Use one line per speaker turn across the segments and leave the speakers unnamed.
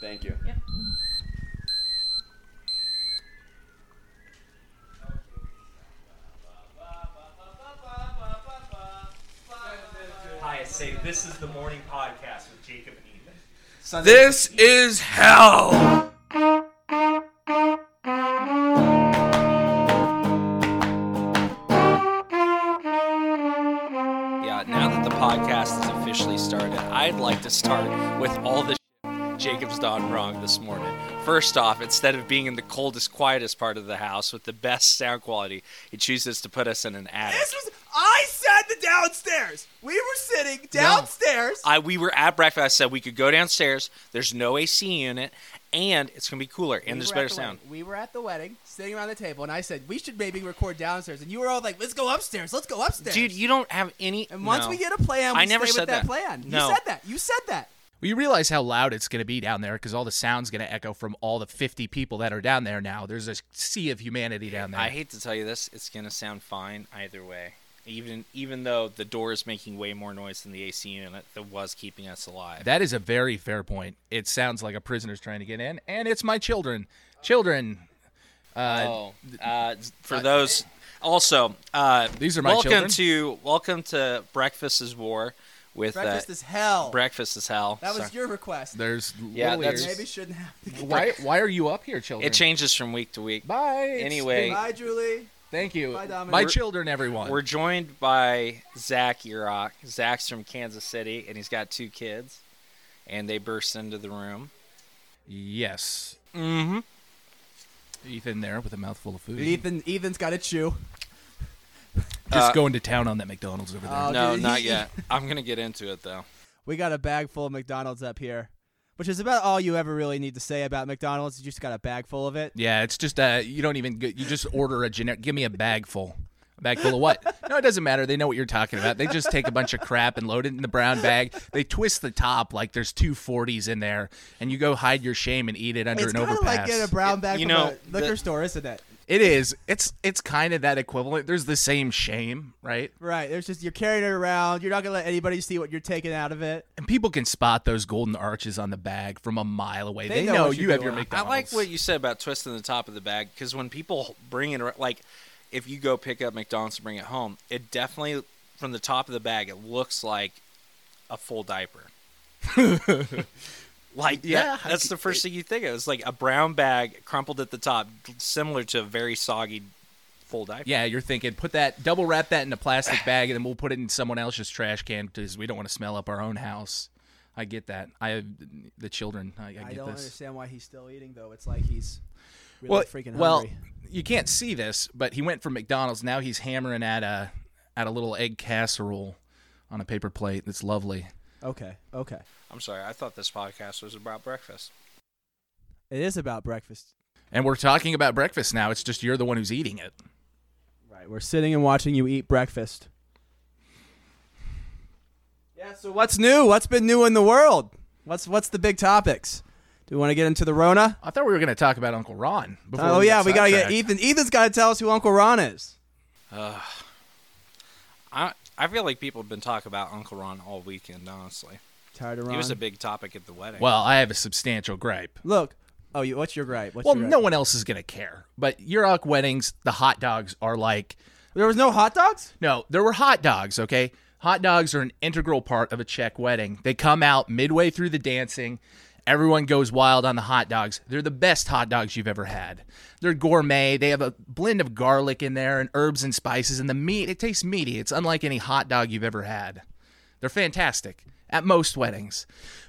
Thank you.
Yep.
Hi, it's Save. This is the morning podcast with Jacob and Ethan.
Sunday-
This is hell. Yeah, now that the podcast is officially started, I'd like to start with all the shit Jacob's done wrong this morning. First off, instead of being in the coldest, quietest part of the house with the best sound quality, he chooses to put us in an attic.
This was I said the downstairs. We were sitting downstairs.
I we were at breakfast. I said we could go downstairs. There's no AC unit, and it's gonna be cooler, and
We
there's
were at
better
the
sound.
wedding- We were at the wedding, sitting around the table, and I said we should maybe record downstairs. And you were all like, "Let's go upstairs. Let's go upstairs."
Dude, you don't have any.
and once
no.
we get a plan, we
I never
stay
said
with that,
that.
plan.
No.
You said that. You said that.
Well, you realize how loud it's going to be down there because all the sound's going to echo from all the 50 people that are down there now. There's a sea of humanity down there.
I hate to tell you this, it's gonna sound fine either way. Even even though the door is making way more noise than the AC unit that was keeping us alive.
that is a very fair point. It sounds like a prisoner's trying to get in, and it's my children. Children,
oh, uh, for those. Also, uh,
These are my
welcome
children.
to welcome to Breakfast is War with uh,
Breakfast is hell.
Breakfast is Hell.
that was
Sorry.
your request.
there's
Yeah,
little
that's-
ears.
Maybe shouldn't have.
Why, why are you up here, children?
It changes from week to week.
Bye. It's-
Anyway.
Bye, Julie.
Thank you.
Bye, Dominic.
my
We're-
children, everyone.
We're joined by Zach Erock. Zach's from Kansas City, and he's got two kids, and they burst into the room.
yes.
Mm-hmm.
Ethan there with a mouthful of food.
Ethan. Ethan's got to chew.
Just
Uh,
going to town on that McDonald's over there.
Oh,
No,
dude,
not
he-
yet. I'm gonna get into it though.
We got a bag full of McDonald's up here, which is about all you ever really need to say about McDonald's. You just got a bag full of it.
Yeah, it's just uh, you don't even get, you just order a generic. Give me a bag full. A bag full of what? No, it doesn't matter. They know what you're talking about. They just take a bunch of crap and load it in the brown bag. They twist the top like there's two 40s in there, and you go hide your shame and eat it under
It's
an
kind of
overpass.
like in a brown bag
you
from
know,
a liquor
the-
store, isn't it?
it is. It's it's kind of that equivalent. There's the same shame, right?
Right. There's just you're carrying it around. You're not gonna let anybody see what you're taking out of it.
And people can spot those golden arches on the bag from a mile away.
They
They,
know
know,
what
you
you're
have your
doing.
McDonald's.
I like what you said about twisting the top of the bag because when people bring it, ar- like if you go pick up McDonald's and bring it home, it definitely from the top of the bag it looks like a full diaper. like yeah,
Yeah,
that's the first thing you think of. It's like a brown bag crumpled at the top, similar to a very soggy full diaper.
Yeah, you're thinking put that double wrap that in a plastic bag and then we'll put it in someone else's trash can because we don't want to smell up our own house. I get that. I have the children. I, I get
I don't
this.
understand why he's still eating though. It's like he's really
Well,
freaking
well,
hungry.
you can't see this, but he went from McDonald's. Now he's hammering at a at a little egg casserole on a paper plate. That's lovely.
Okay. Okay.
I'm sorry, I thought this podcast was about breakfast.
It is about breakfast.
And we're talking about breakfast now. It's just you're the one who's eating it.
Right. We're sitting and watching you eat breakfast. Yeah. So what's new? What's been new in the world? What's what's the big topics? Do we want to get into the Rona?
I thought we were going to talk about Uncle Ron. Before
oh yeah,
got
we gotta get
sidetracked.
Ethan. Ethan's gotta tell us who Uncle Ron is.
I I feel like people have been talking about Uncle Ron all weekend. Honestly,
Tired of Ron.
he was a big topic at the wedding.
Well, I have a substantial gripe.
Look. Oh, you. What's your gripe? What's
Well,
your gripe?
no one else is going to care. But Yurok weddings, the hot dogs are like
There was no hot dogs.
no, there were hot dogs, okay? Hot dogs are an integral part of a Czech wedding. They come out midway through the dancing. Everyone goes wild on the hot dogs. They're the best hot dogs you've ever had. They're gourmet. They have a blend of garlic in there and herbs and spices and the meat, it tastes meaty. It's unlike any hot dog you've ever had. They're fantastic at most weddings.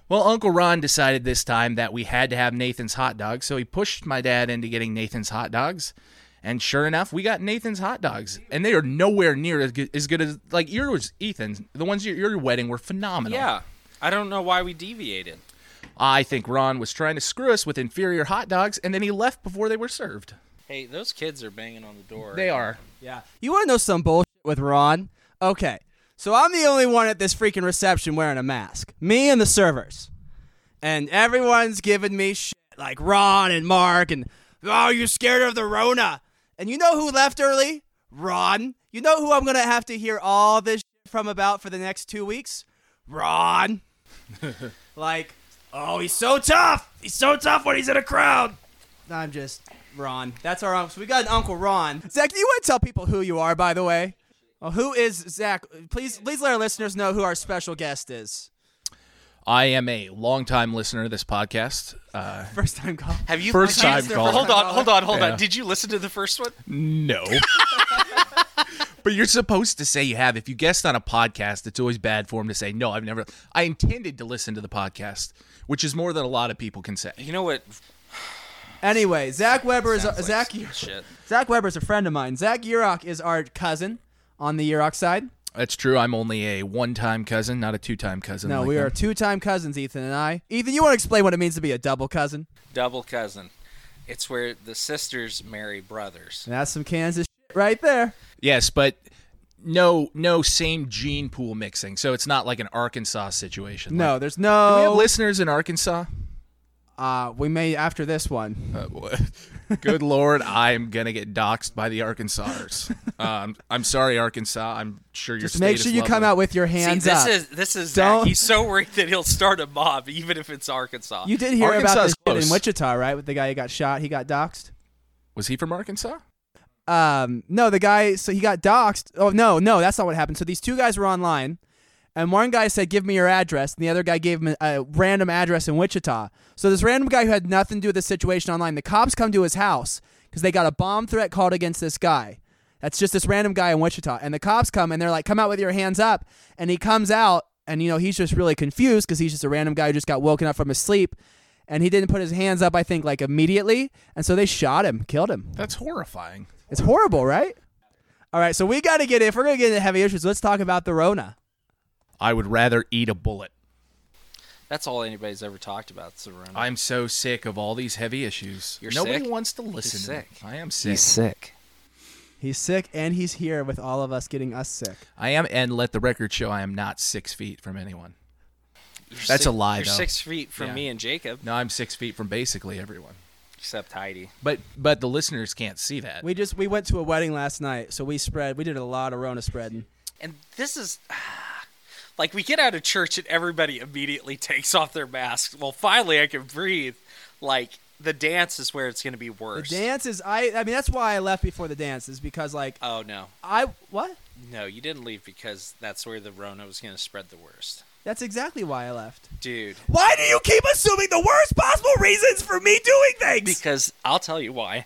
Well, Uncle Ron decided this time that we had to have Nathan's hot dogs, so he pushed my dad into getting Nathan's hot dogs. And sure enough, we got Nathan's hot dogs, and they are nowhere near as good as, good as like yours, Ethan's. The ones at your wedding were phenomenal.
yeah, I don't know why we deviated.
I think Ron was trying to screw us with inferior hot dogs, and then he left before they were served.
Hey, those kids are banging on the door.
They are.
Yeah. You want to know some bullshit with Ron? Okay. So I'm the only one at this freaking reception wearing a mask. Me and the servers. And everyone's giving me shit like Ron and Mark and oh, you're scared of the Rona. And you know who left early? Ron. You know who I'm going to have to hear all this shit from about for the next 2 weeks? Ron. like Oh, he's so tough. He's so tough when he's in a crowd. I'm just Ron. That's our uncle. So we got an Uncle Ron. Zach, you want to tell people who you are, by the way? Oh, who is Zach? Please, please let our listeners know who our special guest is.
I am a longtime listener to this podcast. Uh,
First time call.
Have you
First
did you-
time caller.
Hold on, hold on, hold
Yeah.
on. Did you listen to the first one?
no. but you're supposed to say you have. If you guest on a podcast, it's always bad form to say, no, I've never. I intended to listen to the podcast, which is more than a lot of people can say.
You know what?
Anyway, Zach Weber is
Sounds like
Uh, Zach.
some Shit.
Zach Weber's a friend of mine. Zach Yurok is our cousin on the Yurok side.
That's true. I'm only a one time cousin, not a two time cousin.
No,
like
we
them.
are two-time cousins, Ethan and I. Ethan, you want to explain what it means to be a double cousin?
Double cousin. It's where the sisters marry brothers.
That's some Kansas shit right there.
Yes, but no, no same gene pool mixing. So it's not like an Arkansas situation.
No,
Like,
there's
do we have
no.
listeners in Arkansas.
uh, we may after this one.
Uh, wh- Good lord, I'm gonna get doxxed by the Arkansasers. Um, I'm sorry, Arkansas. I'm sure your
Just
state
make sure
is
you come
lovely.
out with your
See,
hands
this
up.
is this is
Don't-
Zach. He's so worried that he'll start a mob, even if it's Arkansas.
you did hear about
Arkansas
this
is
shit in
close.
Wichita, right? With the guy who got shot, he got doxxed.
Was he from Arkansas?
um no the guy so he got doxxed oh no no that's not what happened so these two guys were online and one guy said give me your address and the other guy gave him a, a random address in wichita so this random guy who had nothing to do with the situation online the cops come to his house because they got a bomb threat called against this guy that's just this random guy in wichita and the cops come and they're like come out with your hands up and he comes out and you know he's just really confused because he's just a random guy who just got woken up from his sleep and he didn't put his hands up i think like immediately and so they shot him killed him
That's horrifying.
it's horrible, right? All right, so we got to get if we're gonna get into heavy issues, let's talk about the Rona.
I would rather eat a bullet.
That's all anybody's ever talked about, Serena.
I'm so sick of all these heavy issues.
You're
Nobody
sick?
wants to listen. to me.
sick.
I am sick.
sick.
He's sick, and he's here with all of us, getting us sick.
I am, and let the record show I am not six feet from anyone.
You're
That's a lie,
You're
though.
six feet from
Yeah.
me and Jacob,
No, I'm six feet from basically everyone.
except Heidi.
But but the listeners can't see that.
We just we went to a wedding last night, so we spread. We did a lot of Rona spreading.
And this is like we get out of church and everybody immediately takes off their masks. Well, finally I can breathe. Like the dance is where it's going to be
The
worse.
dance is I. I mean, that's why I left before the dance is because like
oh no,
I what?
no, you didn't leave because that's where the Rona was going to spread the worst,
That's exactly why I left.
dude.
Why do you keep assuming the worst possible reasons for me doing things?
Because I'll tell you why.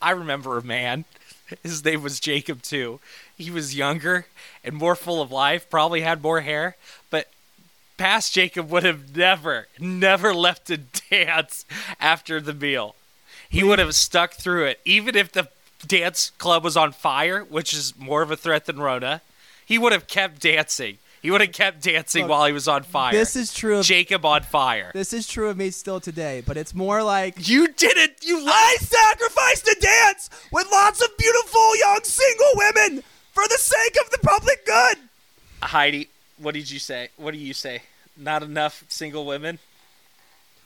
I remember a man. His name was Jacob too. He was younger and more full of life, probably had more hair, but past Jacob would have never, never left a dance after the meal. He would have stuck through it. Even if the dance club was on fire, which is more of a threat than Rona, he would have kept dancing. He would have kept dancing
Look,
while he was on fire.
This is true. Of,
Jacob on fire.
this is true of me still today, but it's more like
you did it. You left.
I sacrificed a dance with lots of beautiful young single women for the sake of the public good.
Heidi, what did you say? What do you say? Not enough single women?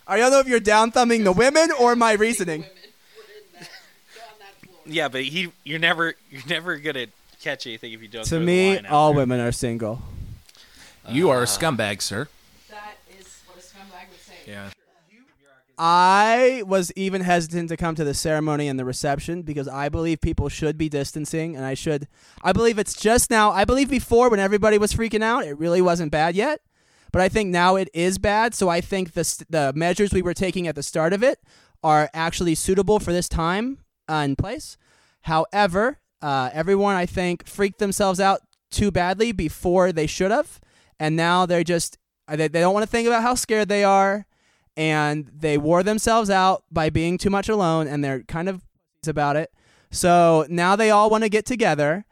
I don't know if you're down thumbing the women or my reasoning.
Yeah, but he you're never you're never gonna catch anything if you don't.
To
throw the
me,
line out
all
there.
women are single.
you are a scumbag, sir.
That is what a scumbag would say.
Yeah.
I was even hesitant to come to the ceremony and the reception because I believe people should be distancing and I should I believe it's just now I believe before when everybody was freaking out it really wasn't bad yet but I think now it is bad so I think the st- the measures we were taking at the start of it are actually suitable for this time uh, and place however uh, everyone I think freaked themselves out too badly before they should have and now they're just they, they don't want to think about how scared they are and they wore themselves out by being too much alone and they're kind of pussies about it. So now they all want to get together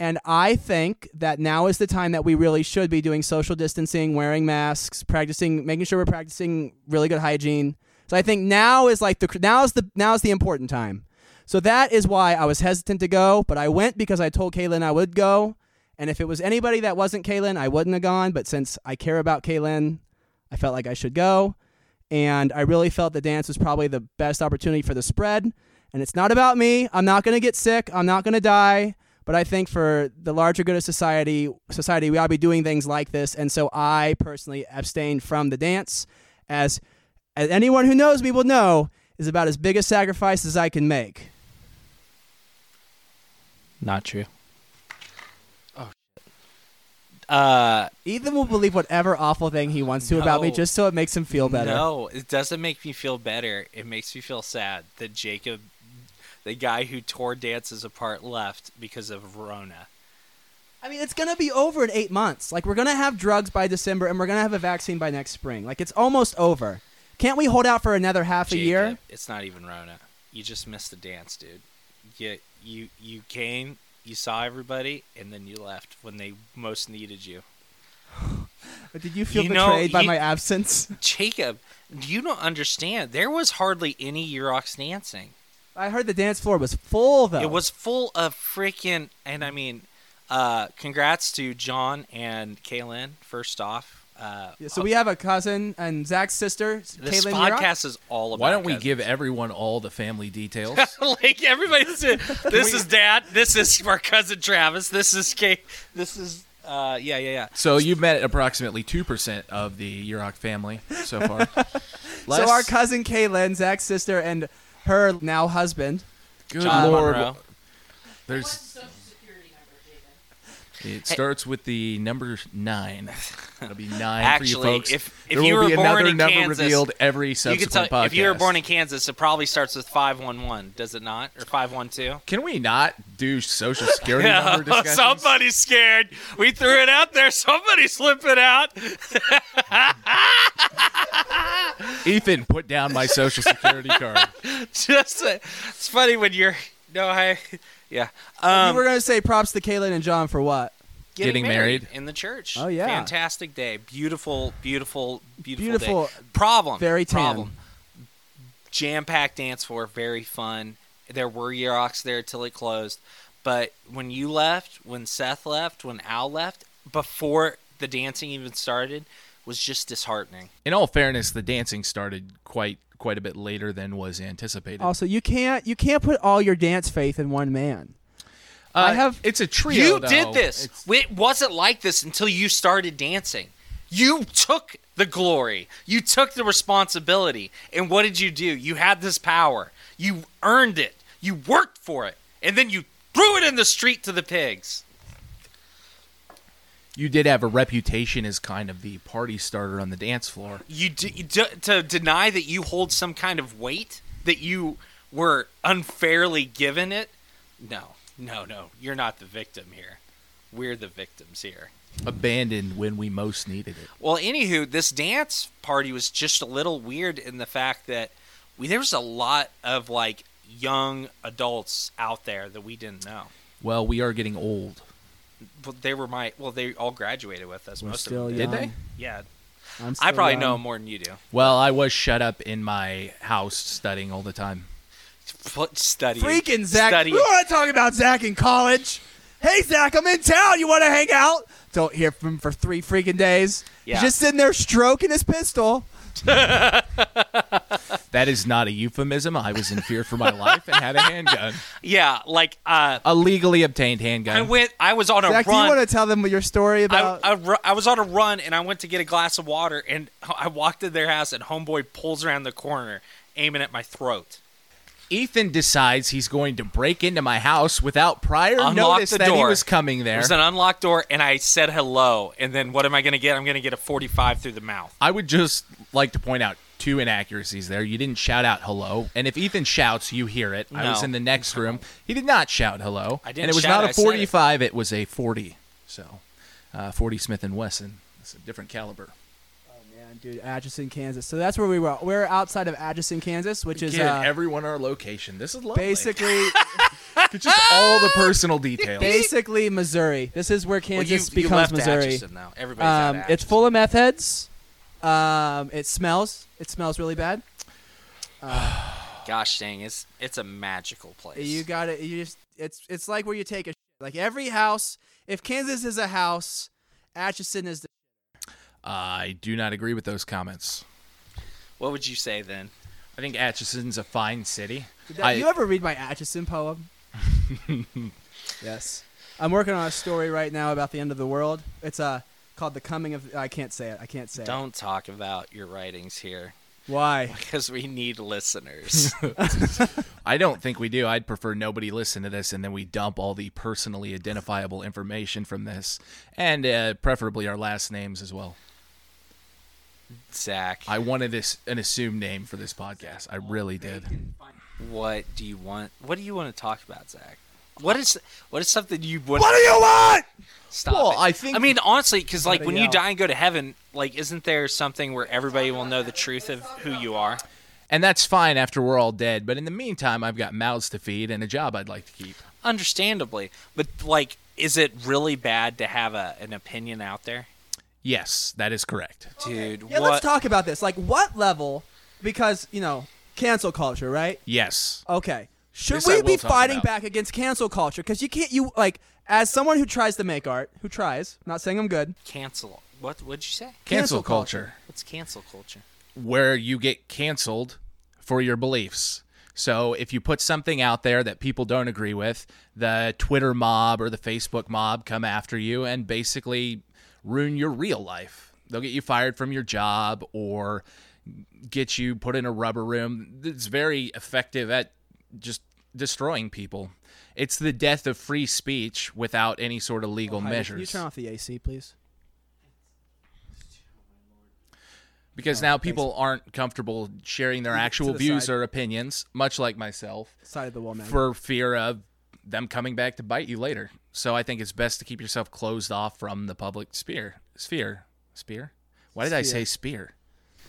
and I think that now is the time that we really should be doing social distancing, wearing masks, practicing making sure we're practicing really good hygiene. So I think now is like the now's the now's the important time. So that is why I was hesitant to go, but I went because I told Kaylin I would go. And if it was anybody that wasn't Kaylin, I wouldn't have gone. But since I care about Kaylin, I felt like I should go. And I really felt the dance was probably the best opportunity for the spread. And it's not about me. I'm not going to get sick. I'm not going to die. But I think for the larger good of society, society, we ought to be doing things like this. And so I personally abstained from the dance as as anyone who knows me will know, is about as big a sacrifice as I can make.
Not true. Oh. Uh,
Ethan will believe whatever awful thing he wants to about me
No.
just so it makes him feel better.
No, it doesn't make me feel better. It makes me feel sad that Jacob, the guy who tore dances apart, left because of Rona.
I mean, it's gonna be over in eight months. Like, we're gonna have drugs by December, and we're gonna have a vaccine by next spring. Like, it's almost over. Can't we hold out for another half a
Jacob,
year?
It's not even Rona. You just missed the dance, dude. You you you came, you saw everybody, and then you left when they most needed you.
But Did you feel
You know,
betrayed by
you-
my absence?
Jacob, you don't understand. There was hardly any Urox dancing.
I heard the dance floor was full, though.
It was full of freaking, and I mean, uh, congrats to John and Kaylin. First off, uh,
Yeah, so we have a cousin and Zach's sister,
this
Caitlin Urock.
podcast is all about.
Why don't we
cousins.
give everyone all the family details?
like everybody's? in- This is Dad. This is our cousin Travis. This is Kay. This is uh, yeah, yeah, yeah.
so you've met approximately two percent of the Yurok family so far. Les-
So our cousin Caitlin, Zach's sister, and her now husband.
good
John
lord,
Monroe.
What's
there's
social security number, Jacob?
it starts with the number nine. It'll be nine for
Actually,
you folks.
if- if
there
you
will
were
be
born
another
in
number
Kansas,
revealed every
You can
subsequent
tell
podcast.
if you were born in Kansas, it probably starts with five one one. Does it not? Or five one two?
Can we not do social security number
Yeah,
discussions?
somebody's scared. We threw it out there. Somebody slip it out.
Ethan, put down my social security card.
Just uh, it's funny when you're no, I yeah.
we
Um,
were gonna say props to Caitlin and John for what?
getting,
Getting
married,
married.
in the church.
Oh, yeah.
fantastic day, beautiful, beautiful, beautiful,
Beautiful.
day. Problem,
Very tan.
problem. Jam packed dance floor, very fun. There were Xerox there till it closed, but when you left, when Seth left, when Al left, before the dancing even started, was just disheartening.
In all fairness, the dancing started quite quite a bit later than was anticipated.
Also, you can't you can't put all your dance faith in one man.
Uh,
I have-
It's a trio.
You
though.
did this.
It's-
It wasn't like this until you started dancing. You took the glory. You took the responsibility. And what did you do? You had this power. You earned it. You worked for it. And then you threw it in the street to the pigs.
you did have a reputation as kind of the party starter on the dance floor.
You, d- you d- to deny that you hold some kind of weight that you were unfairly given it. No, no, no. You're not the victim here. We're the victims here.
Abandoned when we most needed it.
Well, anywho, this dance party was just a little weird in the fact that we, there was a lot of like young adults out there that we didn't know.
Well, we are getting old.
But they were my well, they all graduated with us.
We're
most
still
of them
young.
did.
they?
Yeah,
I'm
I
still
probably
young.
know 'em more than you do.
Well, I was shut up in my house studying all the time.
Foot study,
Freaking Zach!
study.
We want to talk about Zach in college. Hey Zach, I'm in town. You want to hang out? Don't hear from him for three freaking days.
Yeah.
He's just sitting there stroking his pistol.
That is not a euphemism. I was in fear for my life and had a handgun,
Yeah, like uh,
a legally obtained
I
handgun.
went. I was on a
Zach, do you uh,
run.
want to tell them your story
I,
about?
I, ru- I was on a run and I went to get a glass of water and I walked in their house and homeboy pulls around the corner aiming at my throat.
Ethan decides he's going to break into my house without prior
Unlock
notice
the
that he
door.
was coming there.
There's an unlocked door, and I said hello. And then what am I going to get? I'm going to get a 45 through the mouth.
I would just like to point out two inaccuracies there. You didn't shout out hello, and if Ethan shouts, you hear it. I was
No.
in the next room. He did not shout hello,
I didn't
and it was
shout
not
it, I
a
said it.
forty-five. It. was a forty. So, uh, forty Smith and Wesson. It's a different caliber.
Man, dude, Atchison, Kansas. So that's where we were. We're outside of Atchison, Kansas, which is
Again,
uh,
everyone our location. This is lovely.
basically
It's just all the personal details.
basically Missouri. This is where Kansas
well, you, you left
becomes Missouri.
Atchison, though. Everybody's out
Um,
of
it's
Atchison.
full of meth heads. Um, it smells. It smells really bad.
Gosh dang, it's it's a magical place.
You got to You just. It's it's like where you take a shit. like every house. If Kansas is a house, Atchison is. The,
I do not agree with those comments.
what would you say then?
I think Atchison's a fine city.
did
I-
you ever read my Atchison poem? yes. I'm working on a story right now about the end of the world. It's uh called the coming of. I can't say it. I can't say it.
Don't talk about your writings here.
Why?
because we need listeners.
I don't think we do. I'd prefer nobody listen to this, and then we dump all the personally identifiable information from this, and uh, preferably our last names as well.
Zach,
I wanted this an assumed name for this podcast. I really did.
what do you want? What do you want to talk about, Zach? What is what is something you would?
do you want?
Stop
Well,
it.
I think-
I mean, honestly, because like when you
yell.
die and go to heaven, like isn't there something where everybody will know the truth of who you are?
And that's fine after we're all dead. But in the meantime, I've got mouths to feed and a job I'd like to keep.
Understandably, but like, is it really bad to have a an opinion out there,
Yes, that is correct.
dude?
Yeah,
what?
let's talk about this. Like, what level? Because you know, cancel culture, right?
Yes.
Okay. Should
This I
we
will
be
talk
fighting
about.
back against cancel culture? Because you can't. You like, as someone who tries to make art, who tries, not saying I'm good.
cancel. What? What'd you say?
Cancel
Cancel culture.
What's cancel culture?
where you get canceled for your beliefs. So if you put something out there that people don't agree with, the Twitter mob or the Facebook mob come after you and basically ruin your real life. They'll get you fired from your job or get you put in a rubber room. It's very effective at just destroying people. It's the death of free speech without any sort of legal
Hi, Oh, Can you
measures.
turn off the AC, please?
because now people aren't comfortable sharing their actual
Oh, the
views
side.
or opinions, much like myself.
Side of the wall, man.
for fear of them coming back to bite you later. So I think it's best to keep yourself closed off from the public sphere. Sphere. Sphere. Why did I say spear?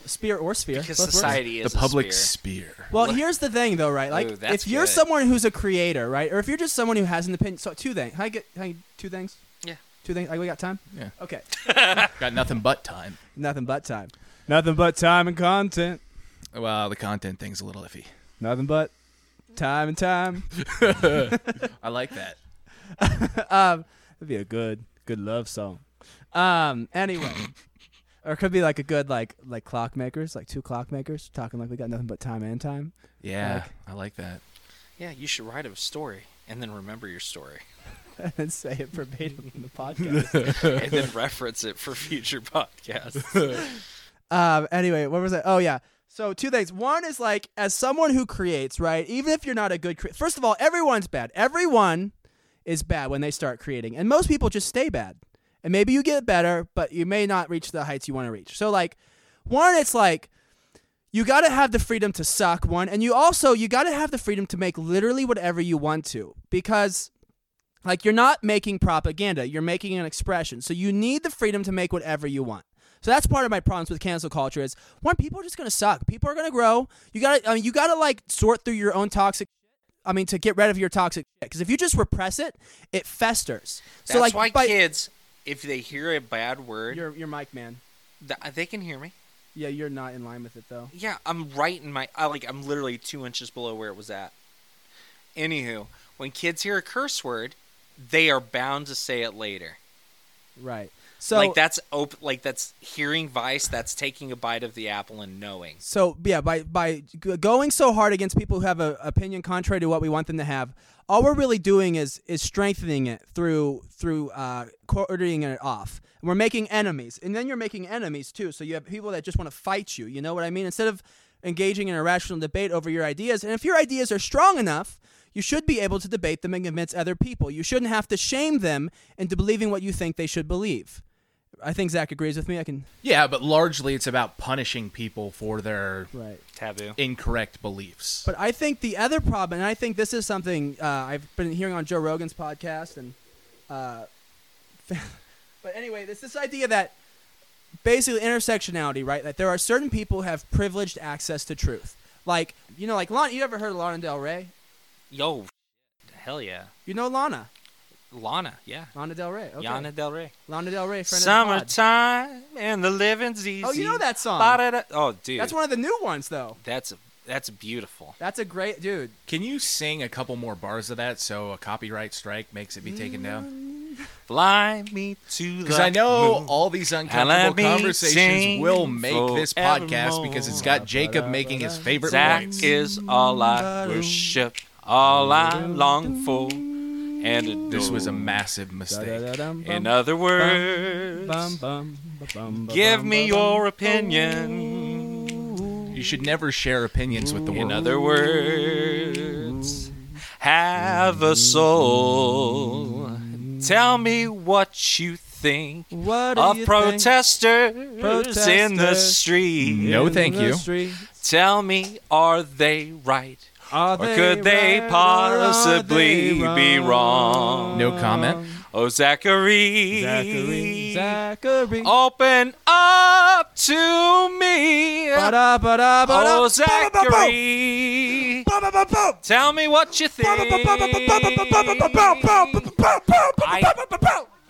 spear or sphere?
Because
both works.
society is
the
a
public
sphere.
spear.
Well, here's the thing, though, right? Like,
Ooh, that's
if you're
good.
someone who's a creator, right, or if you're just someone who has an opinion, so two things. Can I get can I, two things?
Yeah.
Two things. Like, we got time.
Yeah.
Okay.
Got nothing but time.
Nothing but time. Nothing but time and content.
Well, the content thing's a little iffy.
Nothing but time and time.
I like that.
It'd Um, be a good, good love song. Um. Anyway, or it could be like a good like like clockmakers, like two clockmakers talking like we got nothing but time and time.
Yeah, I like that.
Yeah, you should write a story and then remember your story
and say it verbatim in the podcast.
and then reference it for future podcasts.
um, anyway, what was I? Oh yeah. So two things. One is like as someone who creates, right? Even if you're not a good cre- first of all, everyone's bad. Everyone is bad when they start creating, and most people just stay bad. And maybe you get better, but you may not reach the heights you want to reach. So like, one, it's like you got to have the freedom to suck one and you also you got to have the freedom to make literally whatever you want to because like you're not making propaganda you're making an expression so you need the freedom to make whatever you want so that's part of my problems with cancel culture is one people are just going to suck people are going to grow you got to I mean, you got to like sort through your own toxic I mean to get rid of your toxic cuz if you just repress it it festers
That's
so like
why
by-
kids, if they hear a bad word,
your your mic man
th- they can hear me.
yeah you're not in line with it though
Yeah, I'm right in my. I like. I'm literally two inches below where it was at. Anywho, when kids hear a curse word, they are bound to say it later.
right so
like that's op- Like that's hearing vice. That's taking a bite of the apple and knowing.
So yeah, by by g- going so hard against people who have an opinion contrary to what we want them to have, all we're really doing is is strengthening it through through uh, cordoning it off. And we're making enemies, and then you're making enemies too. So you have people that just want to fight you. You know what I mean? Instead of engaging in a rational debate over your ideas, and if your ideas are strong enough. You should be able to debate them and convince other people. You shouldn't have to shame them into believing what you think they should believe. I think Zach agrees with me. I can.
Yeah, but largely it's about punishing people for their
Right.
Taboo.
incorrect beliefs.
But I think the other problem, and I think this is something uh, I've been hearing on Joe Rogan's podcast, and uh, but anyway, it's this idea that basically intersectionality, right? That there are certain people who have privileged access to truth, like you know, like Lana. You ever heard of Lana Del Rey?
Yo, hell yeah,
You know Lana,
Lana. Yeah,
Lana Del Rey. Okay.
Yana Del Rey.
Lana Del Rey, friend of the pod.
Summertime and the living's easy.
Oh, you know that song.
Ba-da-da- Oh, dude.
That's one of the new ones, though.
That's that's beautiful.
That's a great dude.
Can you sing a couple more bars of that so a copyright strike makes it be taken
Mm,
down?
Fly me to the
Because I know
moon.
all these
And let
uncomfortable
me
conversations
sing
will make this podcast
forevermore.
because it's got Jacob making his favorite
Zach
points.
is all I worship, all I long for, and adore.
This was a massive mistake.
In other words, give me your opinion.
You should never share opinions with the world.
In other words, have a soul. Tell me what you think
What do
of
you
protesters, in the
Protesters. Mm.
street.
think?
No, thank
In the
you.
street,
Tell me, are they right?
Are
Or could they
right or are
possibly
they
be wrong?
No comment.
Oh, Zachary.
Zachary, Zachary.
Oh, Open up to me.
Ba-da-ba-da-ba-da.
Oh,
Ba-ba-ba-boom.
Zachary.
Ba-ba-ba-boom.
Tell me what you think. I-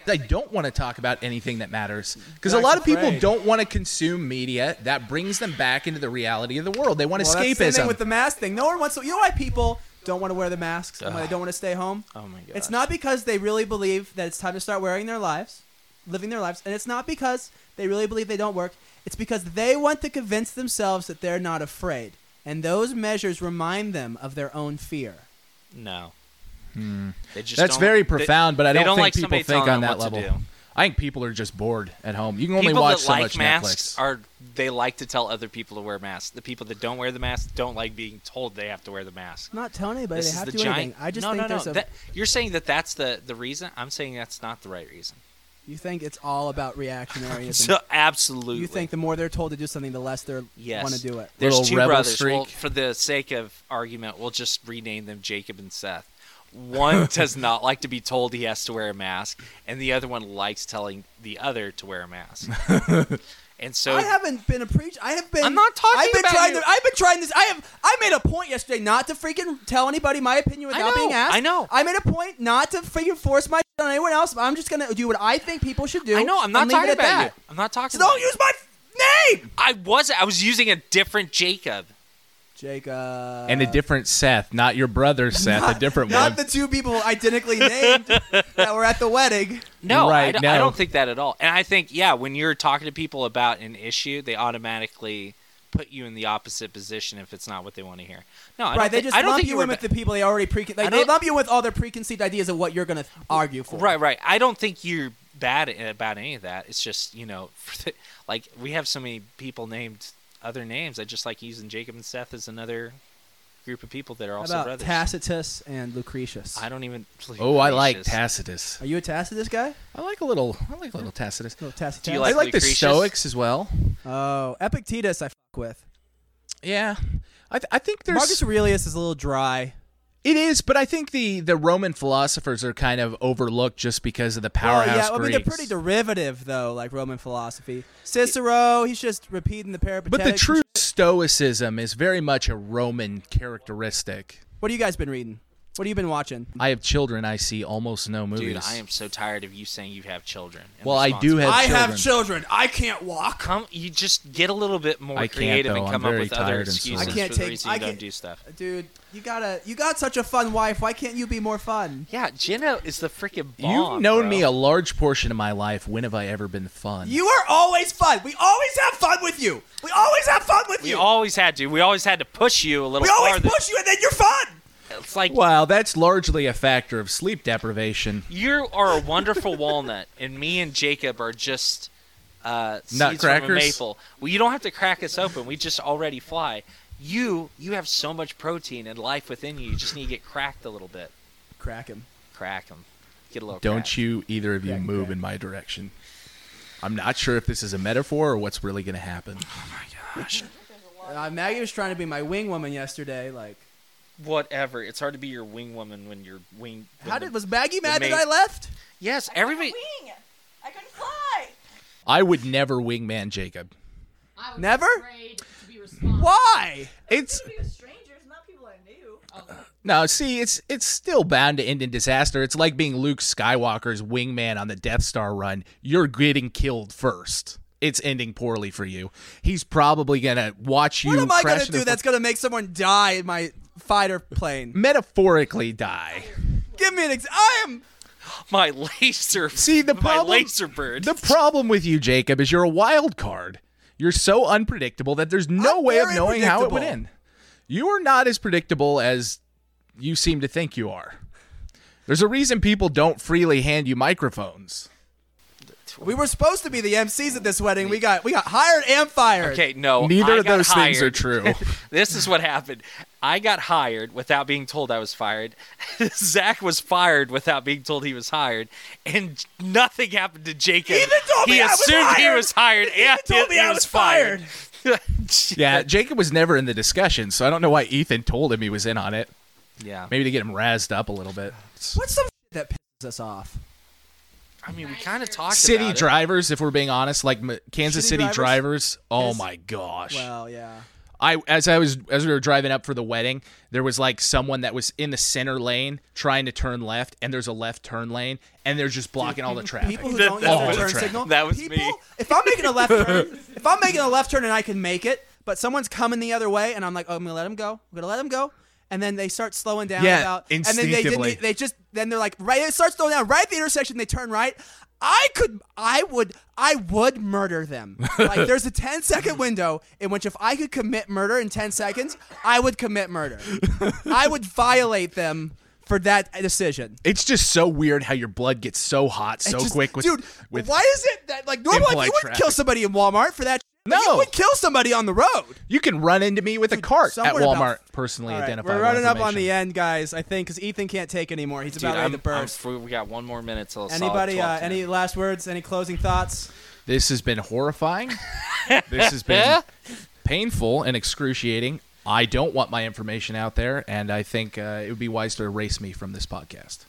I don't want to talk about anything that matters because a lot of people
afraid.
don't want to consume media that brings them back into the reality of the world. They want
Well, that's the same
escapism.
thing with the mask thing. No one wants to. You know why people don't want to wear the masks and why they don't want to stay home?
Oh my god.
It's not because they really believe that it's time to start wearing their lives, living their lives, and it's not because they really believe they don't work. It's because they want to convince themselves that they're not afraid, and those measures remind them of their own fear.
No. They just
That's
don't-
very
they-
profound, but I
they don't
don't, think
like
people
somebody
think
telling
on
them
that
what to
level.
do.
I think people are just bored at home. You can only
People
watch
that
so
like
much
masks
Netflix.
are they like to tell other people to wear masks. The people that don't wear the mask don't like being told they have to wear the mask.
I'm not telling anybody
this
they
is
have
the
to do
giant.
anything. I just
no,
think
no, no.
there's a.
That- you're saying that that's the the reason. I'm saying that's not the right reason.
you think it's all about reactionaryism.
So absolutely.
you think the more they're told to do something, the less they
yes.
want to do it.
There's
Little
two
rebel
brothers.
streak.
Well, for the sake of argument, we'll just rename them Jacob and Seth. One does not like to be told he has to wear a mask, and the other one likes telling the other to wear a mask. and so
I haven't been a preach. I have been.
I'm not talking
I've been
about
trying
you.
To, I've been trying this. I have. I made a point yesterday not to freaking tell anybody my opinion
I
without
know,
being asked.
I know.
I made a point not to freaking force my shit on anyone else. I'm just gonna do what I think people should do.
I know I'm not
and leave
talking
it
about
at that.
you. I'm not talking.
So don't
about you.
use my name,
I was. I was using a different Jacob.
Jacob.
and a different Seth, not your brother Seth, a different
Not
one.
the two people identically named that were at the wedding.
No, I
Right,
d- I
no.
don't think that at all. And I think, yeah, when you're talking to people about an issue, they automatically put you in the opposite position if it's not what they want to hear. No, I don't
Right, they
think-
just
I don't
lump
think
you
were
in with
ba-
the people they already pre.
I
Like, they
don't-
lump you in with all their preconceived ideas of what you're gonna argue for.
Right, right. I don't think you're bad at, about any of that. It's just you know, like we have so many people named other names. I just like using Jacob and Seth as another group of people that are
How
also
about
brothers.
Tacitus and Lucretius?
I don't even.
Oh, I like
Gracious.
Tacitus.
Are you a Tacitus guy?
I like a little. I like a little Tacitus.
No, Tacitus.
Do you like
I like the
Lucretius?
Stoics as well.
Oh, Epictetus, I fuck with.
Yeah, I, th- I think there's
Marcus Aurelius is a little dry.
It is, but I think the the Roman philosophers are kind of overlooked just because of the powerhouse
well, yeah, I mean they're
Greeks.
pretty derivative though, like Roman philosophy. Cicero, he's just repeating the
but
Peripatetics.
the true stoicism is very much a Roman characteristic.
What have you guys been reading? What have you been watching?
I have children. I see almost no movies.
Dude, I am so tired of you saying you have children. in
Well, I
response
do have. children.
children. I can't walk.
come you just get a little bit more
I can't,
creative
though.
and come
I'm
up
very
with other
tired and sore.
excuses
I can't
for the
take-
reason
I
you don't
can't-
do stuff.
Dude, you gotta you got such a fun wife. Why can't you be more fun?
Yeah, Jenna is the freaking bomb.
You've known
bro.
me a large portion of my life. When have I ever been fun?
You are always fun. We always have fun with you. We always have fun with
We
you.
always had to. We always had to push you a little
we always
farther.
push you and then you're fun.
It's like
Wow, that's largely a factor of sleep deprivation.
you are a wonderful walnut, and me and Jacob are just uh, seeds
Nutcrackers?
from a maple. Well, you don't have to crack us open. We just already fly. You you have so much protein and life within you. You just need to get cracked a little bit.
Crack him.
Crack them. Get a little.
Don't
cracked.
you either of you
Crack,
move
crack.
in my direction. I'm not sure if this is a metaphor or what's really going to happen.
Oh
Uh, Maggie was trying to be my wing woman yesterday. Like,
Whatever. It's hard to be your wing woman when you're wing. when
how
the-
did was Maggie mad
the
that
ma-
I left?
Yes,
I
everybody.
couldn't wing. I couldn't fly.
I would never wingman Jacob.
I was
Never?
Afraid to be responsible.
Why?
It's
It was strangers, not people I knew.
no, see, it's it's still bound to end in disaster. It's like being Luke Skywalker's wingman on the Death Star run. You're getting killed first. It's ending poorly for you. He's probably gonna watch you.
What am I
crash
gonna
into
do
the-
that's gonna make someone die in my fighter plane?
metaphorically die.
Give me an ex. I am.
my laser.
See, the problem-
my laser bird.
The problem with you, Jacob, is you're a wild card. You're so unpredictable that there's no
I'm
way of
very
knowing how it would end.
predictable.
You are not as predictable as you seem to think you are. There's a reason people don't freely hand you microphones.
We were supposed to be the MCs at this wedding. We got we got hired and fired.
Okay, no.
Neither
I
of
got
those things are
hired.
true.
This is what happened. I got hired without being told I was fired. Zach was fired without being told he was hired, and nothing happened to Jacob.
He even told me
he
I was
assumed he
hired.
was hired,
He
and
told me
he
I was fired.
fired.
yeah, Jacob was never in the discussion, so I don't know why Ethan told him he was in on it.
yeah.
Maybe to get him razzed up a little bit.
What's some shit that pisses us off?
I mean, we kind of talked
City
about it.
drivers, if we're being honest, like m- Kansas
City
City drivers.
drivers?
oh
Yes.
my gosh!
Well, yeah.
I as I was as we were driving up for the wedding, there was like someone that was in the center lane trying to turn left, and there's a left turn lane, and they're just blocking all the traffic.
People who
That-
don't
that
know the
was
turn
traffic.
signal.
That was
people,
me.
If I'm making a left turn, if I'm making a left turn and I can make it, but someone's coming the other way, and I'm like, oh, I'm gonna let him go. I'm gonna let him go. And then they start slowing down.
Yeah,
about, and then they
instinctively.
didn't. e, They just then they're like right. It starts slowing down right at the intersection. They turn right. I could. I would. I would murder them. Like there's a 10 second window in which if I could commit murder in 10 seconds, I would commit murder. I would violate them for that decision.
It's just so weird how your blood gets so hot so
It just-
quick with
dude.
with
why is it that like normally like,
implied
you would kill
traffic.
somebody in Walmart for that? shit. Like,
No.
you would kill somebody on the road.
you can run into me with a cart at
somewhere about-
Walmart. personally
All right,
identified.
we're running up on the end, guys. I think because Ethan can't take anymore. He's
Dude,
about ready
I'm,
to
I'm
burst.
free. We got one more minute till it's solid
Anybody? Uh,
12 tonight.
any last words? Any closing thoughts?
This has been horrifying. this has been painful and excruciating. I don't want my information out there, and I think uh, it would be wise to erase me from this podcast.